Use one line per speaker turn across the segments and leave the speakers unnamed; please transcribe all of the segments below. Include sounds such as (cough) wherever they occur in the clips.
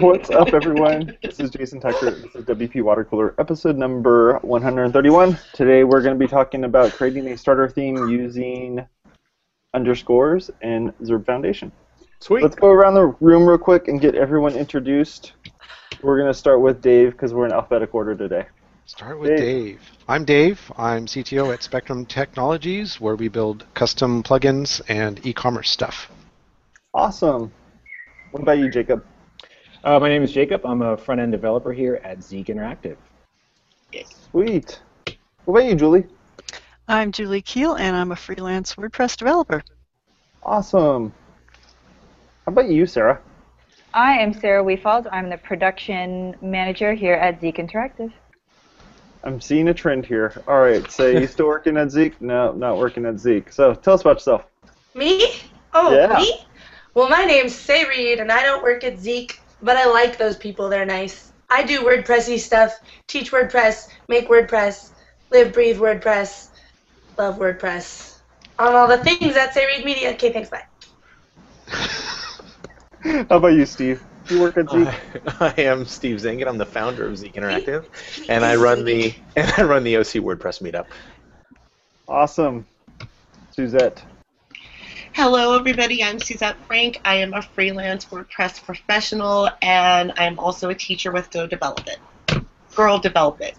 What's up, everyone? This is Jason Tucker. This is WP Water Cooler, episode number 131. Today we're going to be talking about creating a starter theme using underscores and Zurb Foundation.
Sweet.
Let's go around the room real quick and get everyone introduced. We're going to start with Dave because we're in alphabetic order today.
Start with
Dave.
Dave. I'm Dave. I'm CTO at Spectrum Technologies, where we build custom plugins and e-commerce stuff.
Awesome. What about you, Jacob?
Uh, my name is Jacob. I'm a front end developer here at Zeek Interactive.
Sweet. What about you, Julie?
I'm Julie Keel, and I'm a freelance WordPress developer.
Awesome. How about you, Sarah?
I am Sarah Weefald. I'm the production manager here at Zeek Interactive.
I'm seeing a trend here. All right, so you still working at Zeke? No, not working at Zeke. So tell us about yourself. (laughs)
Me? Oh,
Yeah.
me? Well, my name's Say Reed, and I don't work at Zeek, but I like those people. They're nice. I do WordPressy stuff, teach WordPress, make WordPress, live, breathe WordPress, love WordPress. On all the things at Say Reed Media. Okay, thanks, bye.
How about you, Steve? You work at (laughs) Zeke?
I (laughs) I am Steve Zangin. I'm the founder of
(laughs)
Zeek Interactive, and I run the (laughs) and I run the OC WordPress meetup.
Awesome. Suzette.
Hello, everybody. I'm Suzette Frank. I am a freelance WordPress professional, and I'm also a teacher with Go Develop It. Girl Develop It.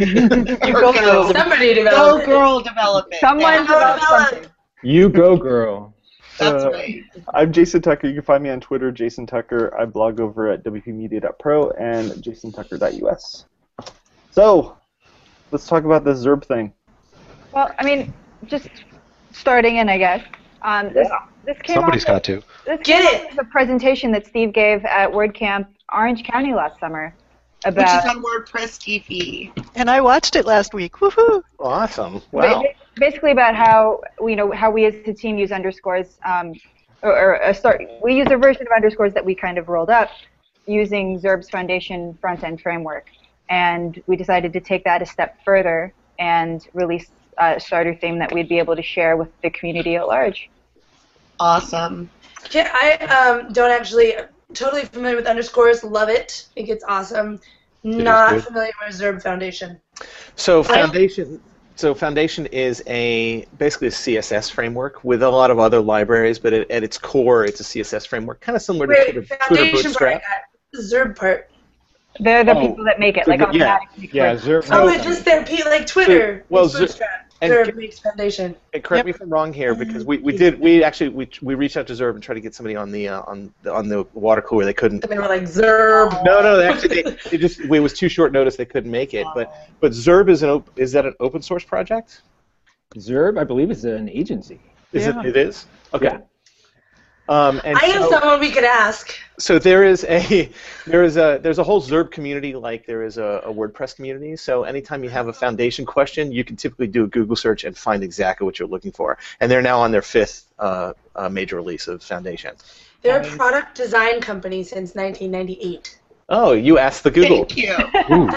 Or go,
Somebody develop
go Girl Develop It.
Someone
Yeah,
develop
Hello.
something.
You go, girl.
that's
Uh,
right.
I'm Jason Tucker. You can find me on Twitter, Jason Tucker. I blog over at wpmedia.pro and jasontucker.us. So, let's talk about this Zurb thing.
Well, I mean, just starting in, I guess. Um, this, this came
Somebody's
off of-
got to.
This
Get
came
it.
off of The presentation that Steve gave at WordCamp Orange County last summer
Which
about
is on WordPress TV.
And I watched it last week. Woohoo!
Awesome!
ba-
Wow.
ba- basically about how you know how we as a team use underscores um, or, or a start we use a version of underscores that we kind of rolled up using Zerb's foundation front end framework and we decided to take that a step further and release a starter theme that we'd be able to share with the community at large.
Awesome.
Yeah, I um, don't actually totally familiar with underscores. Love it. I think it's awesome. Not
good.
familiar with Zurb Foundation.
So
I-
foundation. So foundation is a basically a CSS framework with a lot of other libraries, but at, at its core, it's a CSS framework, kind of similar to Twitter,
Wait,
Twitter
foundation part I
Bootstrap.
got. Zurb part.
They're the
Oh,
people that make it,
so
like
the- yeah,
automatically.
(laughs) Yeah,
click.
Zurb.
Oh, it just their P like Twitter.
So- well,
It's
Zur-
Bootstrap.
and-
Zurb makes foundation.
And correct me if I'm wrong here, because we, we did we actually we, we reached out to Zurb and tried to get somebody on the uh, on the, on the water cooler. They couldn't.
And they were like Zurb.
No, no, they actually they, they just it was too short notice. They couldn't make it, but But Zurb is an op- is that an open source project?
Zurb, I believe, is an agency.
Is
Yeah.
it? It is. Okay.
Yeah.
Um, and
I am
so,
someone we could ask.
so there is a (laughs) there is a there's a whole Zurb community like there is a, a WordPress community. So anytime you have a foundation question, you can typically do a Google search and find exactly what you're looking for. And they're now on their fifth uh, uh, major release of Foundation.
They're a product design company since 1998.
Oh, you asked the Google.
Thank you.
Ooh,
I,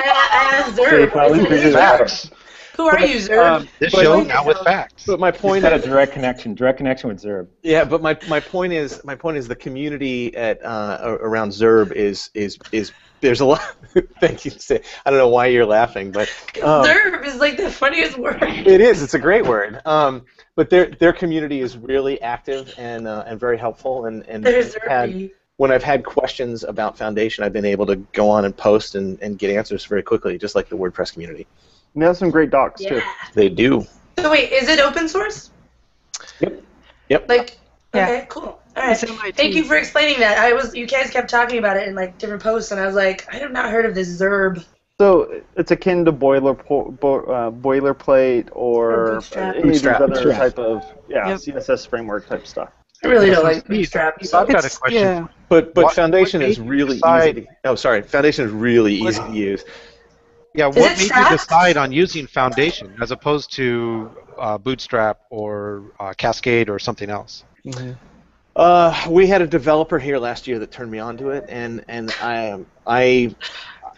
I asked
So you
Zurb.
probably
"Who's
figured it
Zurb?
out.
Who are you, Zurb?
Um,
this
but-
show now with facts.
But my
Point
point
had
is,
a direct connection. Direct connection with Zurb.
Yeah, but my, my point is my point is the community at uh, a- around Zurb is is is there's a lot. (laughs) thank you. Sid. I don't know why you're laughing, but um,
Zurb is like the funniest
(laughs)
word. (laughs)
it is. It's a great word. Um, but their their community is really active and uh, and very helpful. And and
They're
had,
Zurby.
when I've had questions about Foundation, I've been able to go on and post and, and get answers very quickly, just like the WordPress community.
And they have some great docs, too.
Yeah.
They do.
So wait, is it open source?
Yep. Yep.
Like,
Yeah.
okay, cool. All
It's
right.
MIT.
Thank you for explaining that. I was, you guys kept talking about it in like different posts, and I was like, I have not heard of this Zurb.
So it's akin to boiler po- bo- uh, boilerplate or,
Or Bootstrap.
any of these
Bootstrap.
other
Bootstrap.
type of yeah
Yep.
CSS framework type stuff.
I really don't
That's
like
neat.
Bootstrap.
So I've got a
It's-
question.
yeah.
But but
What-
Foundation
what
is
made you
really easy.
decide-
To, oh, sorry. Foundation is really easy to use.
Yeah,
it
what made
facts?
you decide on using Foundation as opposed to uh, Bootstrap or uh, Cascade or something else?
Uh, we had a developer here last year that turned me onto it, and and um, I I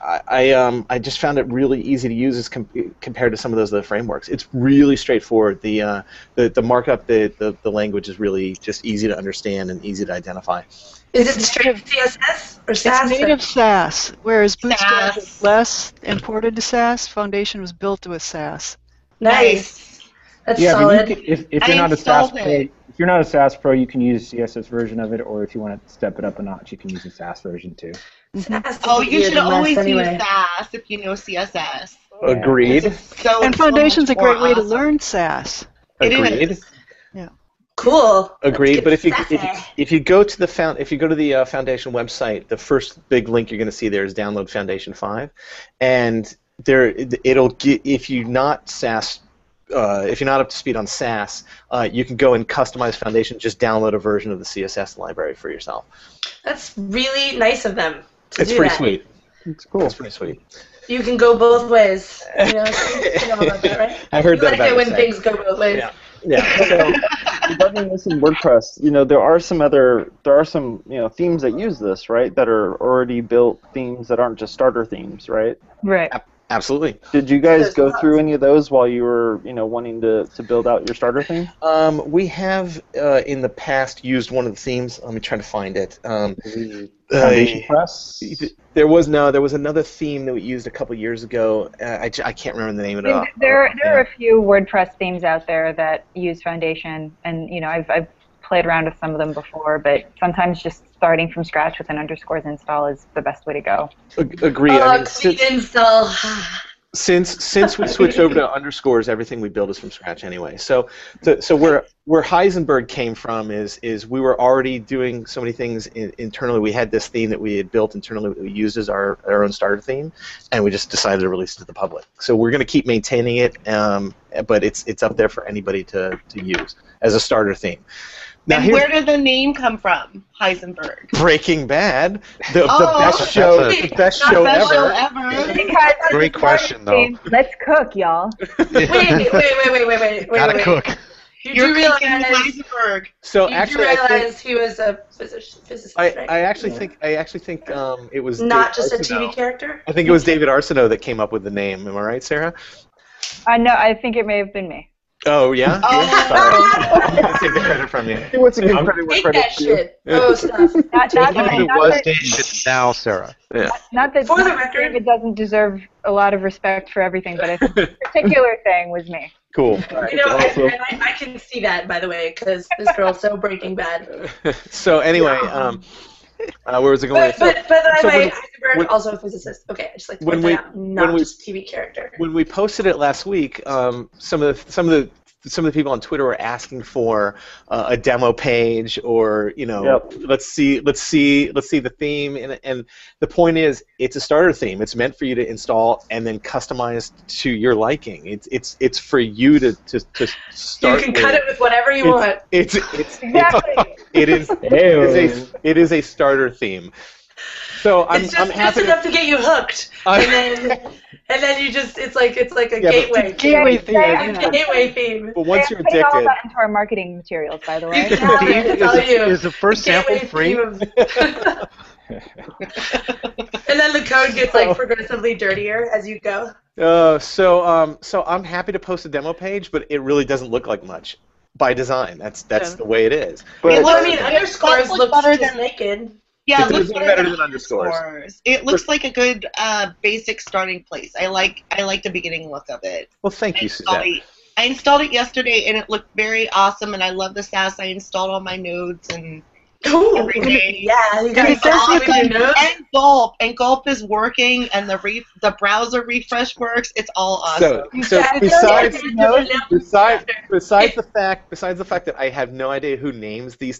I, I, um, I just found it really easy to use as com- compared to some of those other frameworks. It's really straightforward. The uh, the, the markup, the, the the language is really just easy to understand and easy to identify.
Is it straight CSS or
It's
SAS?
native SaaS, whereas Bootstrap
SaaS.
is less imported to SaaS. Foundation was built with SaaS.
Nice. That's
yeah,
solid.
but you can, if, if
I
you're not a SAS
installed
pro,
it.
if you're not a SAS pro, you can use CSS version of it, or if you want to step it up a notch, you can use the SAS version too.
SAS is
Oh,
a
you
weird
should
mess
always
anyway.
use SAS if you know CSS.
Agreed.
It's
Oh,
so-
And
so
Foundation's a
much
great
more
way to
awesome.
learn (laughs) SaaS.
It is.
Agreed.
Cool.
Agreed. But if you
Let's get
if, if you go to the found if you go to the uh, foundation website, the first big link you're going to see there is download Foundation Five, and there it- it'll get if you're not SAS. Uh, if you're not up to speed on SAS, uh, you can go and customize Foundation. Just download a version of the CSS library for yourself.
That's really nice of them. To
It's
do
pretty
that.
sweet.
It's cool.
It's pretty sweet.
You can go both ways. You
(laughs)
know, you know about that, right?
I heard
You
that
like
about
it when
Zach.
things go both ways.
Yeah. Yeah.
(laughs)
So, regarding this in WordPress, you know there are some other there are some you know themes that use this right that are already built themes that aren't just starter themes, right?
Right.
Absolutely.
Did you guys
There's
go
lots.
through any of those while you were you know wanting to, to build out your starter theme?
Um, we have uh, in the past used one of the themes. Let me try to find it. Um,
Foundation
uh,
Press.
there was no. There was another theme that we used a couple years ago. Uh, I, j- I can't remember the name of it.
I mean,
off-
there, there are
yeah.
a few WordPress themes out there that use Foundation, and you know, I've, I've played around with some of them before, but sometimes just starting from scratch with an underscores install is the best way to go.
Ag- agree.
Uh,
I
Oh,
mean,
clean
since,
(sighs) install.
since since we switched
(laughs)
over to underscores, everything we build is from scratch anyway. So so so where where Heisenberg came from is is we were already doing so many things in, internally. We had this theme that we had built internally that we used as our our own starter theme, and we just decided to release it to the public. So we're going to keep maintaining it, um, but it's it's up there for anybody to to use as a starter theme. Now
And
here's
where did the name come from? Heisenberg.
Breaking Bad, the, the
Oh.
best (laughs) show,
That's
a-
the best
Not
show
Best
ever.
show ever.
Because
Great question, though.
let's cook, y'all.
Wait, wait, wait, wait, wait, wait, wait. wait,
(laughs) Gotta
wait.
cook.
You
You're
do realize,
thinking Heisenberg.
So
you do
actually, I think-
realize he was a physician, physicist,
I,
right?
I actually think I actually think um, it was
Not
Dave
just a
Arsenault.
TV character.
I think it was David Arsenault that came up with the name. Am I right, Sarah?
I know. I think it may have been me.
Oh yeah.
Oh.
Sorry. I'm gonna take the credit from you.
He wants to give
I'm-
credit where
Take
credit
that shit. Oh, stuff.
Not, not,
Even
that,
if it
not
was
that-
Dave, it's now Sarah.
not that
For the
not that
record-
David doesn't deserve a lot of respect for everything, but I think
(laughs)
this particular thing was me.
Cool.
You know, I,
Also-
I, I can see that, by the way, because this girl's so Breaking Bad.
so anyway, um, uh, where was it going?
But,
with-
but, but by
so
the way,
when-
Heisenberg
when-
also a physicist. Okay, I just like to
when
point
we-
that out. Not
when we-
just TV character.
when we posted it last week, um, some of the, some of the some of the people on Twitter were asking for uh, a demo page or you know
Yep.
let's see let's see let's see the theme and and the point is it's a starter theme it's meant for you to install and then customize to your liking it's it's it's for you to to, to
You
start
can
with.
cut it with whatever you want. (laughs)
it's it's it's,
Exactly.
(laughs) it is it
Hey,
is a it is a starter theme so I'm
it's just,
I'm
just
happy
enough to get you hooked,
I-
and then (laughs) and then you just it's like it's like a
Yeah, but-
gateway
Gateway
theme.
theme,
A
yeah.
gateway theme.
(laughs) but once
They
you're
put all
addicted
that into our marketing materials, by the
You
way.
can have
Steve,
it.
is
It's all
the-
you.
Is the first sample
Gateway
free?
theme of- (laughs) and then the code gets
(laughs)
like progressively dirtier as you go.
Uh, so um, so I'm happy to post a demo page, but it really doesn't look like much by design. That's that's
Yeah.
the way it is.
But
well, I mean,
does-
underscores
does
look
look better
just
than-
naked.
Yeah,
It
it looks
does look
better
better than underscores.
It looks like a good uh, basic starting place. I like I like the beginning look of it.
Well, thank
I
you,
installed
Suzette.
it. I installed it yesterday and it looked very awesome and I love the SaaS. I installed all my nodes and
Ooh.
Every day.
Yeah, you
And
guys
it's all
all
good.
you know.
and gulp and gulp is working and the re- the browser refresh works. It's all awesome.
So, so
Yeah,
besides,
it's all good.
besides, besides the fact, besides the fact that I have no idea who names these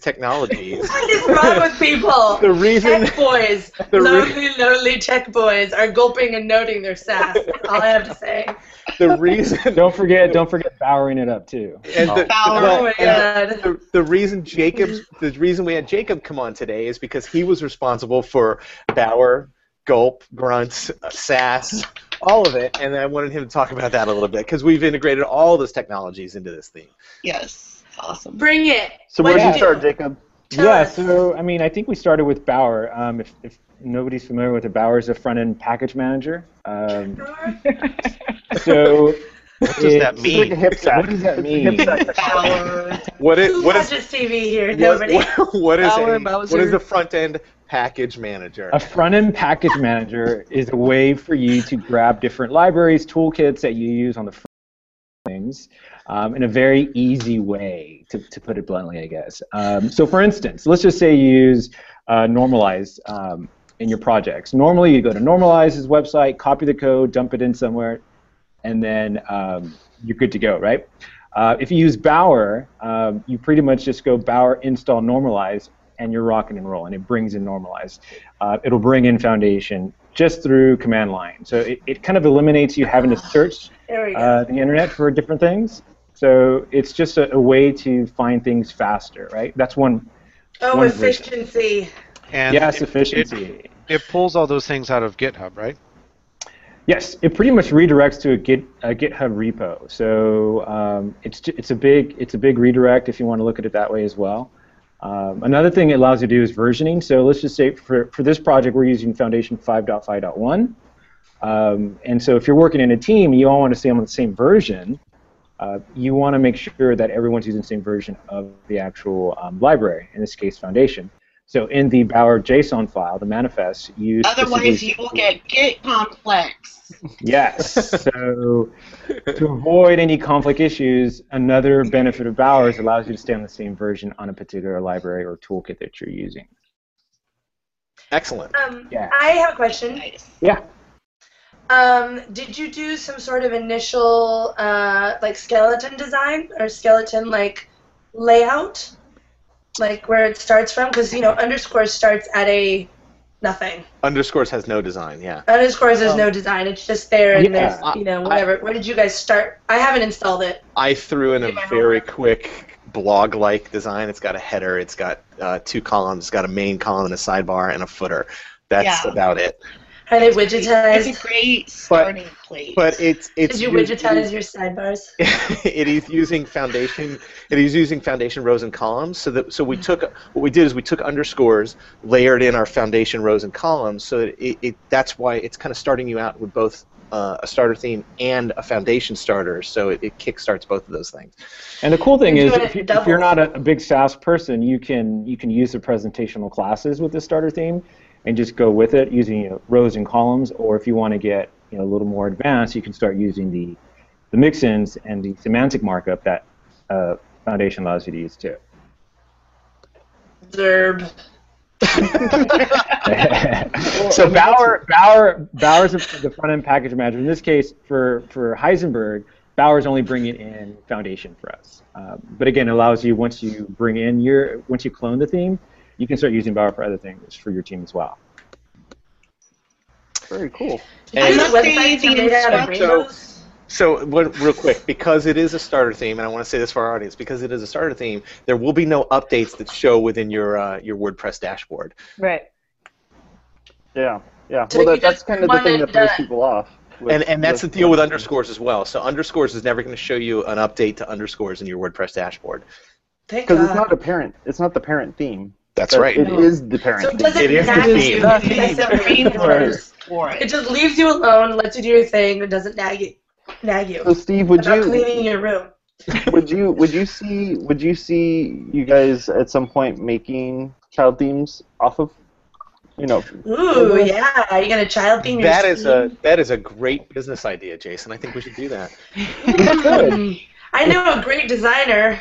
(laughs)
technologies,
What is wrong with people?
the reason,
Tech boys,
(laughs) the re-
lonely, lonely tech boys are gulping and noting their sass. That's all I have to say.
the reason,
don't forget, don't forget bowering it up too.
and the, (laughs)
Bauer.
well,
oh my
and
god.
the, the reason Jacob's the reason we had Jacob come on today is because he was responsible for Bauer, Gulp, Grunt, uh, Sass, all of it, and I wanted him to talk about that a little bit because we've integrated all those technologies into this theme.
Yes, it's awesome.
Bring it.
So
What
where did
do
you start, Jacob?
Tell
yeah,
us.
so I mean, I think we started with Bower. Um, if, if nobody's familiar with it, Bower is a front end package manager.
(laughs)
Um, so
What does
it's-
that
Like a
mean?
hip sack.
What does that mean?
(laughs)
Power.
What
Who
it, what is
watches TV here?
what,
Nobody.
what- (laughs) what is
Power
a, what is
Bowser.
the front end package manager?
A front end package manager is a way for you to grab different libraries, toolkits that you use on the front things um, in a very easy way, to, to put it bluntly, I guess. Um, so, for instance, let's just say you use uh, Normalize um, in your projects. Normally, you go to Normalize's website, copy the code, dump it in somewhere, and then um, you're good to go, right? Uh, if you use Bower, um, you pretty much just go Bower install normalize, and you're rocking and rolling. It brings in normalize. Uh, it'll bring in foundation just through command line. So it, it kind of eliminates you having to search
There we go.
uh, the internet for different things. So it's just a, a way to find things faster, right? That's one.
oh,
one version.
efficiency.
And
Yes,
it- It,
efficiency.
it pulls all those things out of GitHub, right?
Yes, it pretty much redirects to a, Git, a GitHub repo. So um, it's ju- it's a big it's a big redirect if you want to look at it that way as well. Um, another thing it allows you to do is versioning. So let's just say for, for this project we're using Foundation 5.5.1, um, and so if you're working in a team, you all want to stay on the same version. Uh, you want to make sure that everyone's using the same version of the actual um, library. In this case, Foundation. So in the Bower JSON file, the manifest, you
Otherwise,
specifically-
you will get Git complex.
Yes. So to avoid any conflict issues, another benefit of Bowers allows you to stay on the same version on a particular library or toolkit that you're using.
Excellent.
Um,
Yeah.
I have a question.
Nice.
Um, did you do some sort of initial uh, like skeleton design or skeleton like layout, like where it starts from? Because you know underscore starts at a nothing.
Underscores has no design. Yeah.
Underscores is no design. It's just there and
Yeah.
there's you know whatever. Where did you guys start? I haven't installed it.
I threw in a
Did my
very
homework.
quick blog-like design. It's got a header. It's got uh, two columns. It's got a main column and a sidebar and a footer. That's
Yeah.
about it.
Are they
It's
widgetized?
a great starting place.
But it's
Did
it's
you
us-
widgetize your sidebars?
(laughs) it is using foundation it is using foundation rows and columns so that so we took what we did is we took underscores layered in our foundation rows and columns so that it, it that's why it's kind of starting you out with both uh, a starter theme and a foundation starter so it, it kickstarts both of those things
And the cool thing
You're
is,
doing
if, you,
it
if you're
double.
not a, a big SAS person, you can you can use the presentational classes with the starter theme, and just go with it using you know, rows and columns. Or if you want to get you know a little more advanced, you can start using the the mixins and the semantic markup that uh, Foundation allows you to use too.
Zerb.
so Bauer, Bauer, Bauer's the front end package manager. In this case, for for Heisenberg, Bauer's only bringing in Foundation for us. Um, but again, it allows you once you bring in your once you clone the theme, you can start using Bauer for other things for your team as well.
Very cool.
I
And-
must say
Websites are made out of
the
rainbows.
So, what, real quick, because it is a starter theme, and I want to say this for our audience, because it is a starter theme, there will be no updates that show within your uh, your WordPress dashboard.
Right.
Yeah, yeah.
So
well, that,
you
that's
just
kind of the
want
thing
it
that throws
done.
people off. with-
And and that's the deal with underscores as well. So underscores is never going to show you an update to underscores in your WordPress dashboard.
Thank
because it's
God.
not a parent. It's not the parent theme.
That's
but
right.
It is the parent.
So it
theme.
doesn't
It is the
nag
theme.
you.
The
It's
It's
a
a
brain force.
rainforest (laughs)
(laughs)
for
It
it.
just leaves you alone, lets you do your thing, and doesn't nag you. Nag you.
So Steve, would
about
you
cleaning your room.
would you would you see would you see you guys at some point making child themes off of you know
Ooh, yeah. Are you gonna child theme your
That is a
Steam?
that is a great business idea, Jason. I think we should do that.
Mm. (laughs) I know a great designer.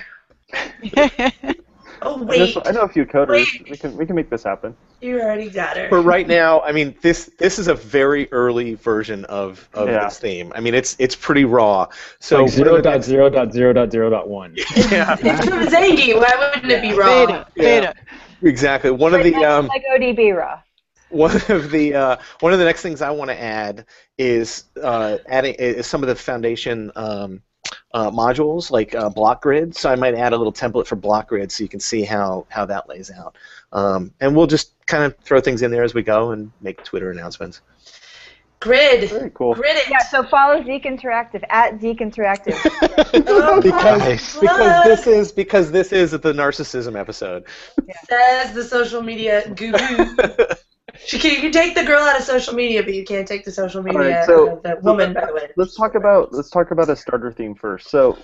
Oh
I
wait,
just- I know a few coders.
Wait.
We can we can make this happen.
you already got her.
For right now, I mean this this is a very early version of, of
Yeah.
this theme. I mean it's it's pretty raw. So
So like
we're-
0.0.0.0.1.
(laughs) yeah,
(laughs) It's from Zangy. Why wouldn't it be wrong?
Beta. Beta.
exactly. One of the
Right now,
um,
it's like ODB raw.
one of the uh, one of the next things I want to add is uh, adding is some of the foundation um, uh, modules like uh, block grid. So I might add a little template for block grid so you can see how how that lays out. Um, and we'll just kind of throw things in there as we go and make Twitter announcements.
Grid.
Very cool.
Grid it.
Yeah, so follow Zeke Interactive at Zeke Interactive.
(laughs)
Oh,
Because-
Nice.
Because
look,
this is because this is the narcissism episode.
says the social media guru.
(laughs)
she can, you can take the girl out of social media, but you can't take the social media
right, so-
out of the woman. By the way,
Let's talk about let's talk about a starter theme first. So,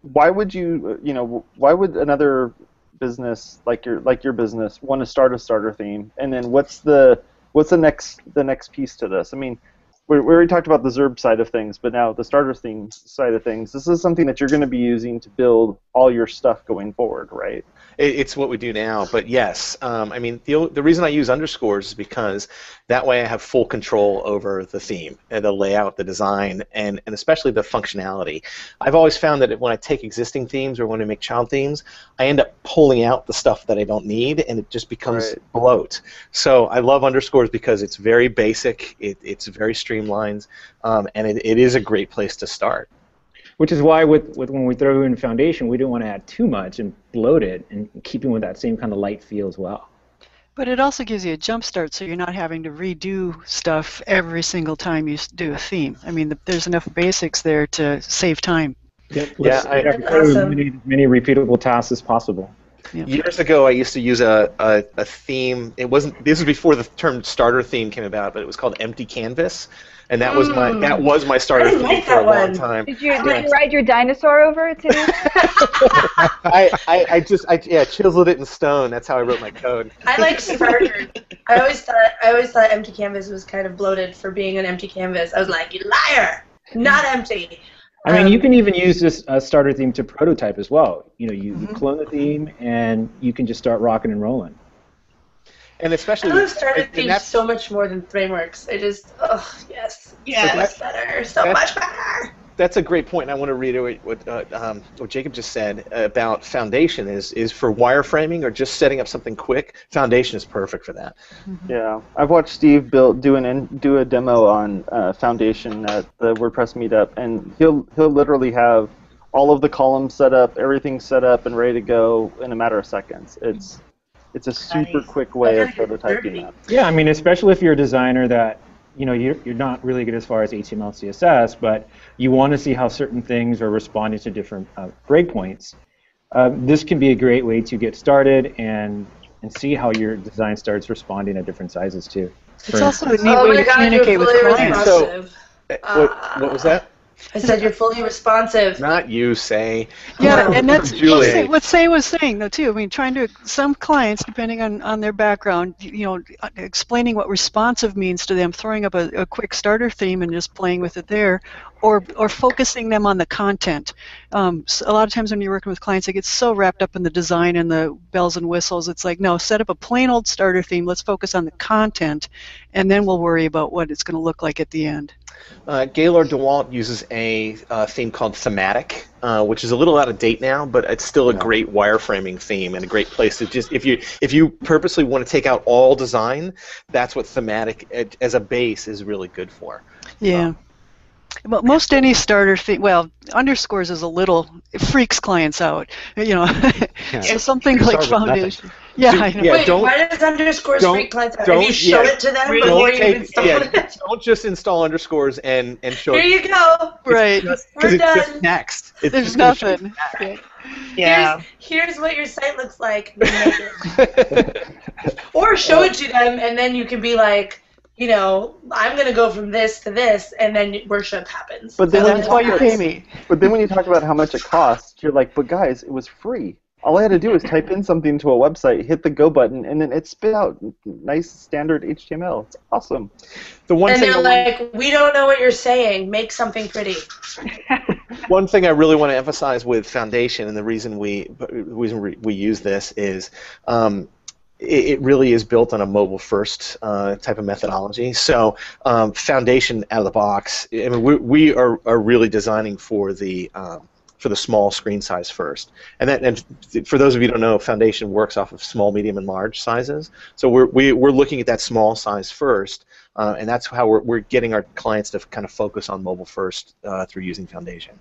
why would you you know why would another business like your like your business want to start a starter theme? And then what's the what's the next the next piece to this? I mean, we, we already talked about the Zurb side of things, but now the starter theme side of things. This is something that you're going to be using to build all your stuff going forward, right?
It, it's what we do now, but yes, um, I mean the o- the reason I use underscores is because that way I have full control over the theme, and the layout, the design, and and especially the functionality. I've always found that when I take existing themes or when I make child themes, I end up pulling out the stuff that I don't need, and it just becomes
Right.
bloat. So I love underscores because it's very basic, it, it's very streamlined, um, and it, it is a great place to start.
Which is why with, with when we throw in foundation, we didn't want to add too much and bloat it, and keeping with that same kind of light feel as well.
But it also gives you a jump start so you're not having to redo stuff every single time you s- do a theme. I mean, the, there's enough basics there to save time.
Yep,
let's- Yeah, I-
as
Awesome.
many, many repeatable tasks as possible.
Years ago, I used to use a, a, a theme. It wasn't. This was before the term starter theme came about, but it was called empty canvas, and that was my
Mm.
that was my starter
I
theme
like
for a
that
long
one.
time.
Did you, did
Yes.
you ride your dinosaur over it today?
(laughs) I, I, I just I yeah chiseled it in stone. That's how I wrote my code.
I
(laughs)
like starter. I always thought I always thought empty canvas was kind of bloated for being an empty canvas. I was like, you liar, not empty.
I mean,
Um,
you can even use this uh, starter theme to prototype as well. You know, you, you
Mhm.
clone the theme, and you can just start rocking and rolling.
And
I
especially
love starter
and- and
themes
that's-
so much more than frameworks. I just, oh yes, so
Yes.
much better, so
That's-
much better.
that's a great point, and I want to reiterate what uh, um, what Jacob just said about foundation is is for wireframing or just setting up something quick. Foundation is perfect for that.
Yeah, I've watched Steve build do an in- do a demo on uh, Foundation at the WordPress meetup, and he'll he'll literally have all of the columns set up, everything set up and ready to go in a matter of seconds. It's it's a super
Nice.
quick way of
Okay,
prototyping
dirty.
that.
Yeah, I mean, especially if you're a designer that you know you're, you're not really good as far as HTML, CSS, but you want to see how certain things are responding to different uh, breakpoints. Um, this can be a great way to get started and and see how your design starts responding at different sizes too.
It's also a neat
oh
way
my
to
God,
communicate
you're
with
fully
clients.
So-
responsive.
Uh, what, what was that?
I said you're fully responsive.
Not you say.
Yeah, and that's
Julie.
what Say- what Say was saying though too. I mean, trying to some clients, depending on, on their background, you know, uh, explaining what responsive means to them, throwing up a, a quick starter theme and just playing with it there, or or focusing them on the content. Um, s a lot of times when you're working with clients, they get so wrapped up in the design and the bells and whistles. It's like, no, set up a plain old starter theme. Let's focus on the content, and then we'll worry about what it's going to look like at the end.
Uh, Gaylord DeWalt uses a uh, theme called Thematic, uh, which is a little out of date now, but it's still a great wireframing theme and a great place to just if you if you purposely want to take out all design, that's what Thematic eh, as a base is really good for.
Yeah. But most any starter thing, well, underscores is a little it freaks clients out, you know. so
(laughs) Yeah.
something
You
like
start with nothing.
foundation. Yeah, I know.
Yeah,
Wait,
don't-
why does underscore
don't-
freak clients out? Have
don't-
you showed
yeah.
it to them
Really?
before you
take-
even installed
yeah,
it?
don't just install underscores and and show
Here
it
you go.
Right.
'cause
We're
it's just
done.
next. It's
There's
just gonna show
nothing.
Yeah.
Here's, here's what your site looks like. or show it to them, and then you can be like, you know, I'm going to go from this to this, and then worship happens.
But then
And
when
that's
you
why
talk
you
about-
pay me.
But then when you talk about how much it costs, you're like, but guys, it was free. All I had to do was type in something to a website, hit the go button, and then it spit out nice standard HTML. It's awesome.
The one
and
thing
they're
I wanna-
like, we don't know what you're saying. Make something pretty.
One thing I really want to emphasize with Foundation, and the reason we the reason we we use this is, um, it, it really is built on a mobile first uh, type of methodology. So um, Foundation out of the box, I mean, we, we are, are really designing for the um, for the small screen size first. And that and for those of you who don't know, Foundation works off of small, medium, and large sizes. So we're we, we're looking at that small size first. Uh, and that's how we're, we're getting our clients to kind of focus on mobile first uh, through using Foundation.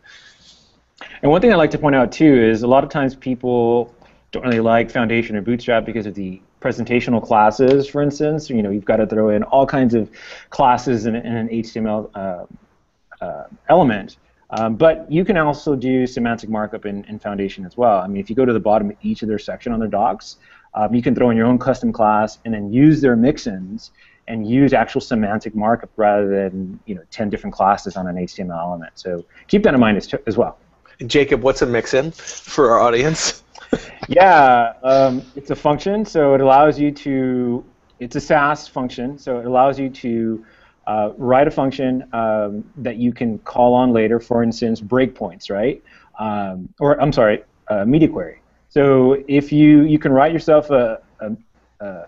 And one thing I like to point out too is a lot of times people don't really like Foundation or Bootstrap because of the presentational classes, for instance. You know, you've got to throw in all kinds of classes in, in an HTML uh, uh, element. Um, but you can also do semantic markup in, in Foundation as well. I mean, if you go to the bottom of each of their section on their docs, um, you can throw in your own custom class and then use their mixins and use actual semantic markup rather than you know 10 different classes on an HTML element. So keep that in mind as, as well.
Jacob, what's a mixin for our audience?
Yeah, um, it's a function, so it allows you to. It's a SAS function, so it allows you to uh, write a function um, that you can call on later. For instance, breakpoints, right? Um, or I'm sorry, uh, media query. So if you you can write yourself a, a, a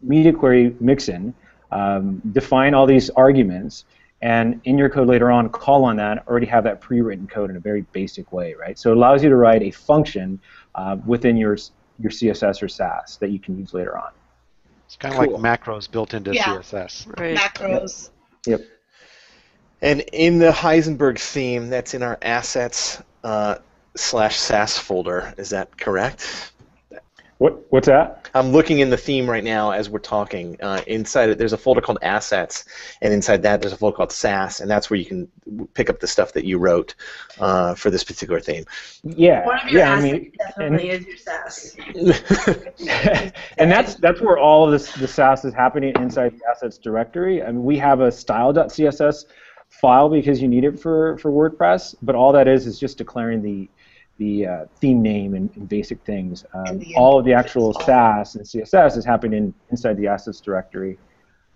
media query mixin, um, define all these arguments, and in your code later on, call on that, already have that pre-written code in a very basic way, right? So it allows you to write a function uh, within your your CSS or SAS that you can use later on.
It's kind of
Cool.
like macros built into
Yeah.
CSS.
Right.
Macros.
And in the Heisenberg theme, that's in our assets uh, slash SAS folder. Is that correct?
What what's that?
I'm looking in the theme right now as we're talking. Uh, inside it, there's a folder called Assets, and inside that, there's a folder called SAS, and that's where you can w- pick up the stuff that you wrote uh, for this particular theme. (laughs)
Yeah,
One of your
yeah. I
assets
mean,
definitely is your sass.
(laughs) and that's that's where all of this the SAS is happening inside the assets directory. I mean, we have a style.css file because you need it for, for WordPress, but all that is is just declaring the the uh, theme name and, and basic things. Um,
And the
all of the actual
inputs.
SAS and CSS is happening inside the assets directory.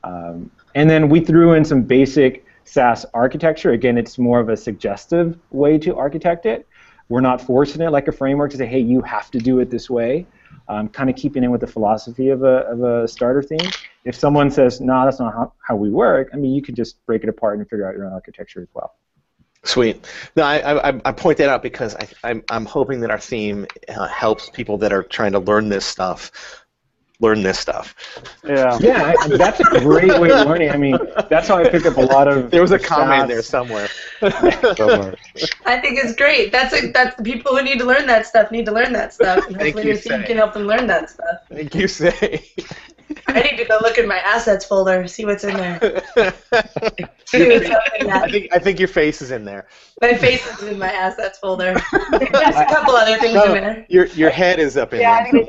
Um, and then we threw in some basic SAS architecture. Again, it's more of a suggestive way to architect it. We're not forcing it like a framework to say, hey, you have to do it this way. Um, kind of keeping in with the philosophy of a, of a starter theme. If someone says, no, that's not how, how we work, I mean, you could just break it apart and figure out your own architecture as well.
Sweet. No, I, I, I point that out because I, I'm, I'm hoping that our theme uh, helps people that are trying to learn this stuff learn this stuff.
Yeah.
Yeah, I- that's a great way of learning. I mean, that's how I pick up a lot of.
There was a
the
comment there
SAS.
somewhere.
(laughs)
Somewhere.
I think it's great. That's a, that's the people who need to learn that stuff need to learn that stuff. And
Thank
hopefully
you,
your team
Faye.
can help them learn that stuff.
Thank you, say. (laughs)
I need to go look in my assets folder, see what's in there. See what's up in
I
that.
think I think your face is in there.
My face is in my assets
(laughs)
folder. There's a couple other things in there.
Your your head is up in
Yeah, I
there
think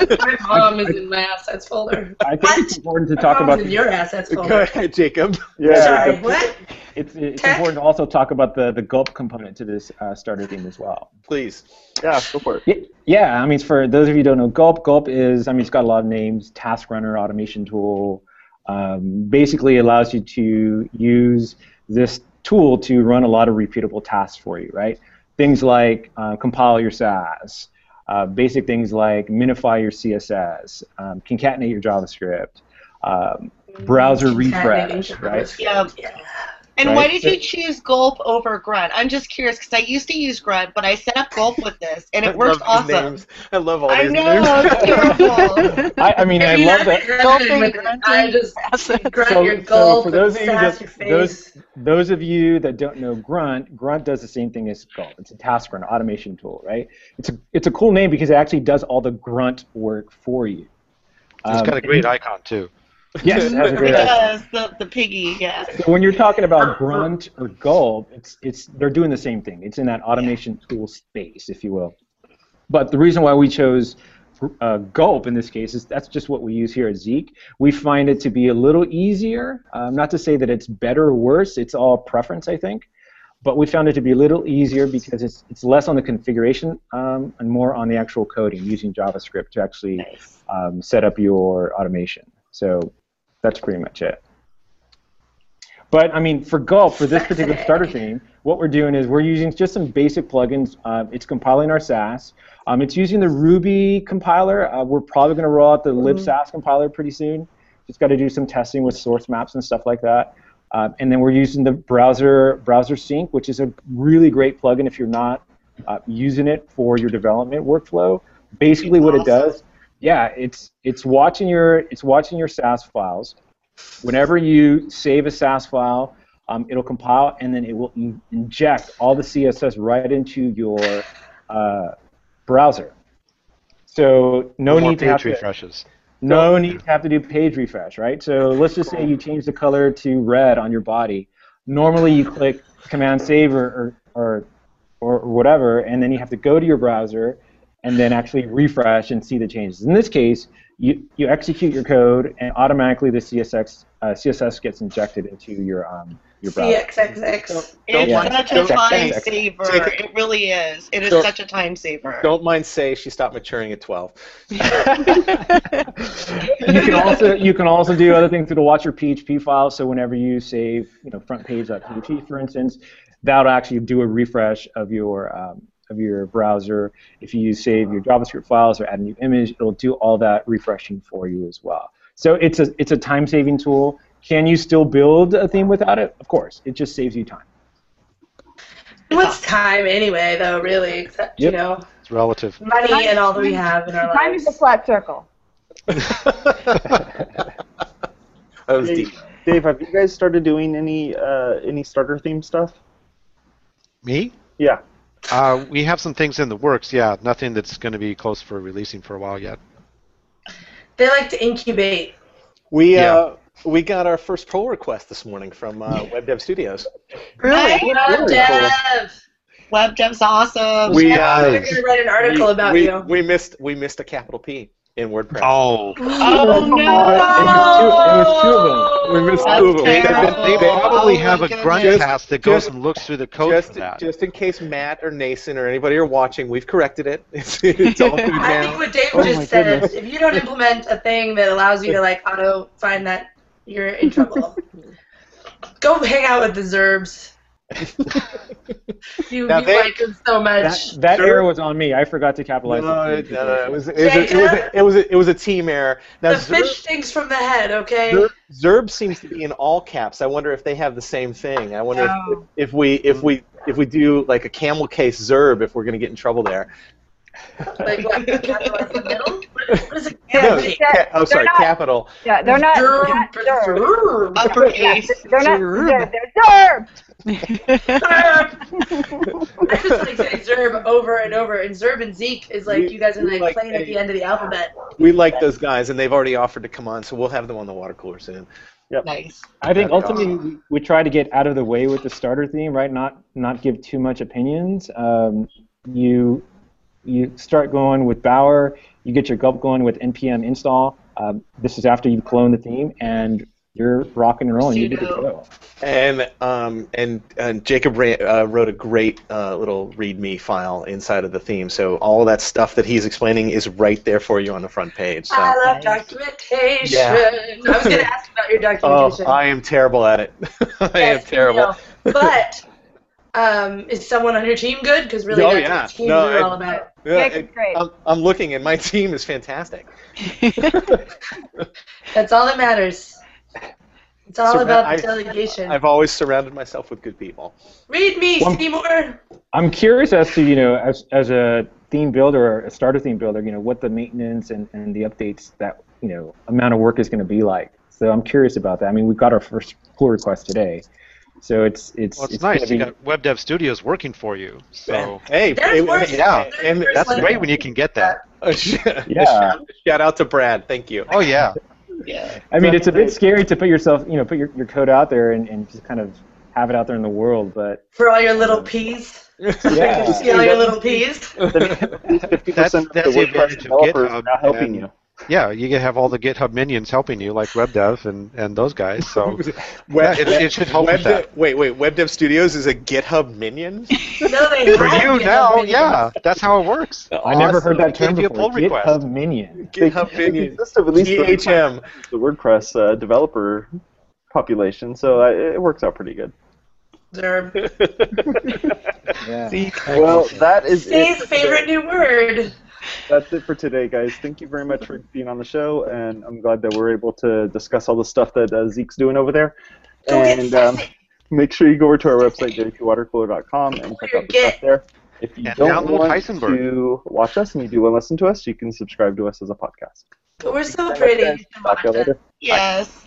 somewhere.
My mom is in my assets folder.
I think it's important to (laughs) talk
my
about
mom's in your assets
Go
folder.
ahead, Jacob.
Yeah.
(laughs)
Sorry, what?
It's, it's
Tech?
important to also talk about the, the gulp component to this uh, starter theme as well.
Please.
Yeah. Go for it.
Y- Yeah, I mean, for those of you who don't know, Gulp, Gulp is, I mean, it's got a lot of names. Task Runner, automation tool, um, basically allows you to use this tool to run a lot of repeatable tasks for you, right? Things like uh, compile your SAS, uh, basic things like minify your CSS, um, concatenate your JavaScript, um, browser refresh, right?
Yeah.
Yeah.
And
Right.
why did you choose Gulp over Grunt? I'm just curious because I used to use Grunt, but I set up Gulp with this, and it
I (laughs)
works
love these
awesome.
names. I love all
I
these
know,
(laughs)
it's
names.
terrible.
I, I mean, I
mean,
love
I've
that.
been hesitant with it. I just grunt
So-
your
so
gulp
for those
and
of you
sass
that-
your
those-
face.
Those of you that don't know Grunt, Grunt does the same thing as Gulp. It's a task or an automation tool, right? It's a, it's a cool name because it actually does all the grunt work for you.
It's
Um,
got a great icon too.
Yes, it has a
(laughs)
great icon.
Yes, the, the piggy, yeah.
So when you're talking about grunt or gulp, it's it's they're doing the same thing. It's in that automation tool space, if you will. But the reason why we chose uh, gulp in this case is that's just what we use here at Zeek. We find it to be a little easier. Um, not to say that it's better or worse. It's all preference, I think. But we found it to be a little easier because it's it's less on the configuration um, and more on the actual coding using JavaScript to actually
Nice.
um, set up your automation. So that's pretty much it. But I mean, for Gulp, for this particular starter theme, what we're doing is we're using just some basic plugins. Uh, it's compiling our SAS. Um, it's using the Ruby compiler. Uh, we're probably going to roll out the libsas compiler pretty soon. Just got to do some testing with source maps and stuff like that. Um, and then we're using the browser browser sync, which is a really great plugin if you're not uh, using it for your development workflow. Basically, what it does, yeah, it's it's watching your it's watching your SAS files. Whenever you save a SAS file, um, it'll compile and then it will in- inject all the CSS right into your uh, browser. So no
More
need to
page
have to,
refreshes.
no need to have to do page refresh, right? So let's just say you change the color to red on your body. Normally you click Command Save or or, or, or whatever, and then you have to go to your browser and then actually refresh and see the changes. In this case, you, you execute your code and automatically the CSX, uh, CSS gets injected into your um, your browser.
CXXX.
It's
Don't-
such
don't-
a time
don't-
saver.
take it.
It really is. It is
Don't-
such a time saver.
Don't mind say she stopped maturing at 12.
you can
(laughs)
also you can also do other things with the watcher PHP file. So whenever you save, you know, frontpage.php, for instance, that'll actually do a refresh of your um, of your browser. If you save your JavaScript files or add a new image, it'll do all that refreshing for you as well. So it's a it's a time saving tool. Can you still build a theme without it? Of course, it just saves you time.
What's time anyway, though, really? Except,
Yep.
you know,
It's relative.
money and all that we have in our
Time is a
lives.
flat circle.
That was deep.
Dave, have you guys started doing any uh, any starter theme stuff?
Me? (laughs)
Yeah.
Uh, we have some things in the works. Yeah, nothing that's going to be close for releasing for a while yet.
They like to incubate.
(laughs) We,
Yeah.
uh, we got our first pull request this morning from uh, Web Dev Studios.
Really?
What up,
Very
Dev?
Web dev's awesome.
We,
They're
uh,
going to write an article
we,
about
we,
you.
We missed, we missed a capital P in WordPress.
Oh,
oh
It was two- it was two of
no!
them. We missed
That's
two of them. They-
terrible.
they probably
Oh,
have
my
a grunt
goodness.
task that goes
just-
and looks through the code
just,
for that.
just in case Matt or Nason or anybody are watching, we've corrected it. (laughs) It's, it's all
(laughs)
good
I think
now.
what Dave
Oh my
just said
goodness.
is if you don't implement a thing that allows you to like auto find that, you're
(laughs)
in trouble. Go hang out with the Zerbs. you
Now
you
they-
like them so much.
That, that
Sure.
error was on me. I forgot to
No,
capitalize.
no,
the
it uh,
P.
no, it was it was a- it was a- it was a- it was a team error. Now
the fish
Zerb,
stinks from the head, okay?
Zerb, Zerb seems to be in all caps. I wonder if they have the same thing. I wonder if,
No.
if we if we if we do like a camel case Zerb if we're gonna get in trouble there.
Like
(laughs)
what? capitalize the middle? What what is a
No,
capitalize?
ca- oh, sorry,
not-
capital.
Yeah, they're not. They're
Zerb,
not Zerb.
Zerb.
(laughs)
Yeah,
Uppercase.
(laughs) they're not
Zerb.
Zerb. They're Zerb.
(laughs)
Zerb. I just like say Zerb over and over, and Zerb and Zeke is like
We-
you guys are
we
like,
like
playing at the
a-
end of the alphabet.
We like those guys, and they've already offered to come on, so we'll have them on the water cooler soon.
Nice.
I think
That'd be
ultimately we, we try to get out of the way with the starter theme, right? Not not give too much opinions. Um, you you start going with Bower. You get your gulp going with npm install. Um, this is after you've cloned the theme and you're rocking and rolling. You're good to go.
And um, and and Jacob ra- uh, wrote a great uh, little README file inside of the theme, so all that stuff that he's explaining is right there for you on the front page. So.
I love
Nice.
documentation.
Yeah.
I was going to ask about your
(laughs) Oh,
documentation.
I am terrible at it. (laughs) I am
Yes,
terrible.
no. But um, is someone on your team good? Because really,
Oh,
that's
yeah.
what teams
No,
are
I-
all about.
Yeah,
Jake's
it-
great.
I'm, I'm looking, and my (laughs) team is fantastic.
That's all that matters. It's all
So,
about
I-
delegation.
I've always surrounded myself with good people.
Read me,
One-
Seymour.
I'm curious as to you know as as a theme builder, or a starter theme builder, you know what the maintenance and, and the updates that you know amount of work is going to be like. So I'm curious about that. I mean, we've got our first pull request today, so it's it's
Well, it's,
gonna
nice. You
be-
got Web Dev Studios working for you. So
Hey,
There's
hey,
worse-
yeah,
there's
and
worse
that's
ones.
great when you can get that.
(laughs) a sh- a
Yeah.
shout, shout out to Brad.
(laughs)
Thank you.
Oh yeah.
Yeah.
I mean, it's a bit scary to put yourself, you know, put your, your code out there and, and just kind of have it out there in the world, but
For all your little peas.
yeah.
You see all your little peas?
Fifty
That's-
percent of the
that's the
WordPress
advantage of
developers are
GitHub
now helping
and-
you.
Yeah, you can have all the GitHub minions helping you, like Web Dev and, and those guys.
(laughs)
So
Web,
Yeah, it- it should help
Web
with that.
Dev- wait, wait. Web Dev Studios is a GitHub minion.
No, they
(laughs)
for
have
you
GitHub
now,
minions.
yeah, that's how it works.
I never
Awesome.
heard that term
Give you a
before.
pull request.
GitHub
(laughs)
minion.
GitHub
They
minion.
consist of at least the
GHM.
the WordPress uh, developer population, so uh, it works out pretty good.
Zerb.
Yeah.
Well, that is it.
Today's favorite new word.
That's it for today, guys. Thank you very much for being on the show, and I'm glad that we're able to discuss all the stuff that uh, Zeke's doing over there.
Go get
and um, make sure you go over to our website, jqwatercooler.com, and check out the stuff there. If you
And
don't
download
want
Heisenberg.
to watch us and you do want to listen to us, you can subscribe to us as a podcast.
But (laughs) we're so
Thanks, guys.
pretty.
Talk to you later.
Yes.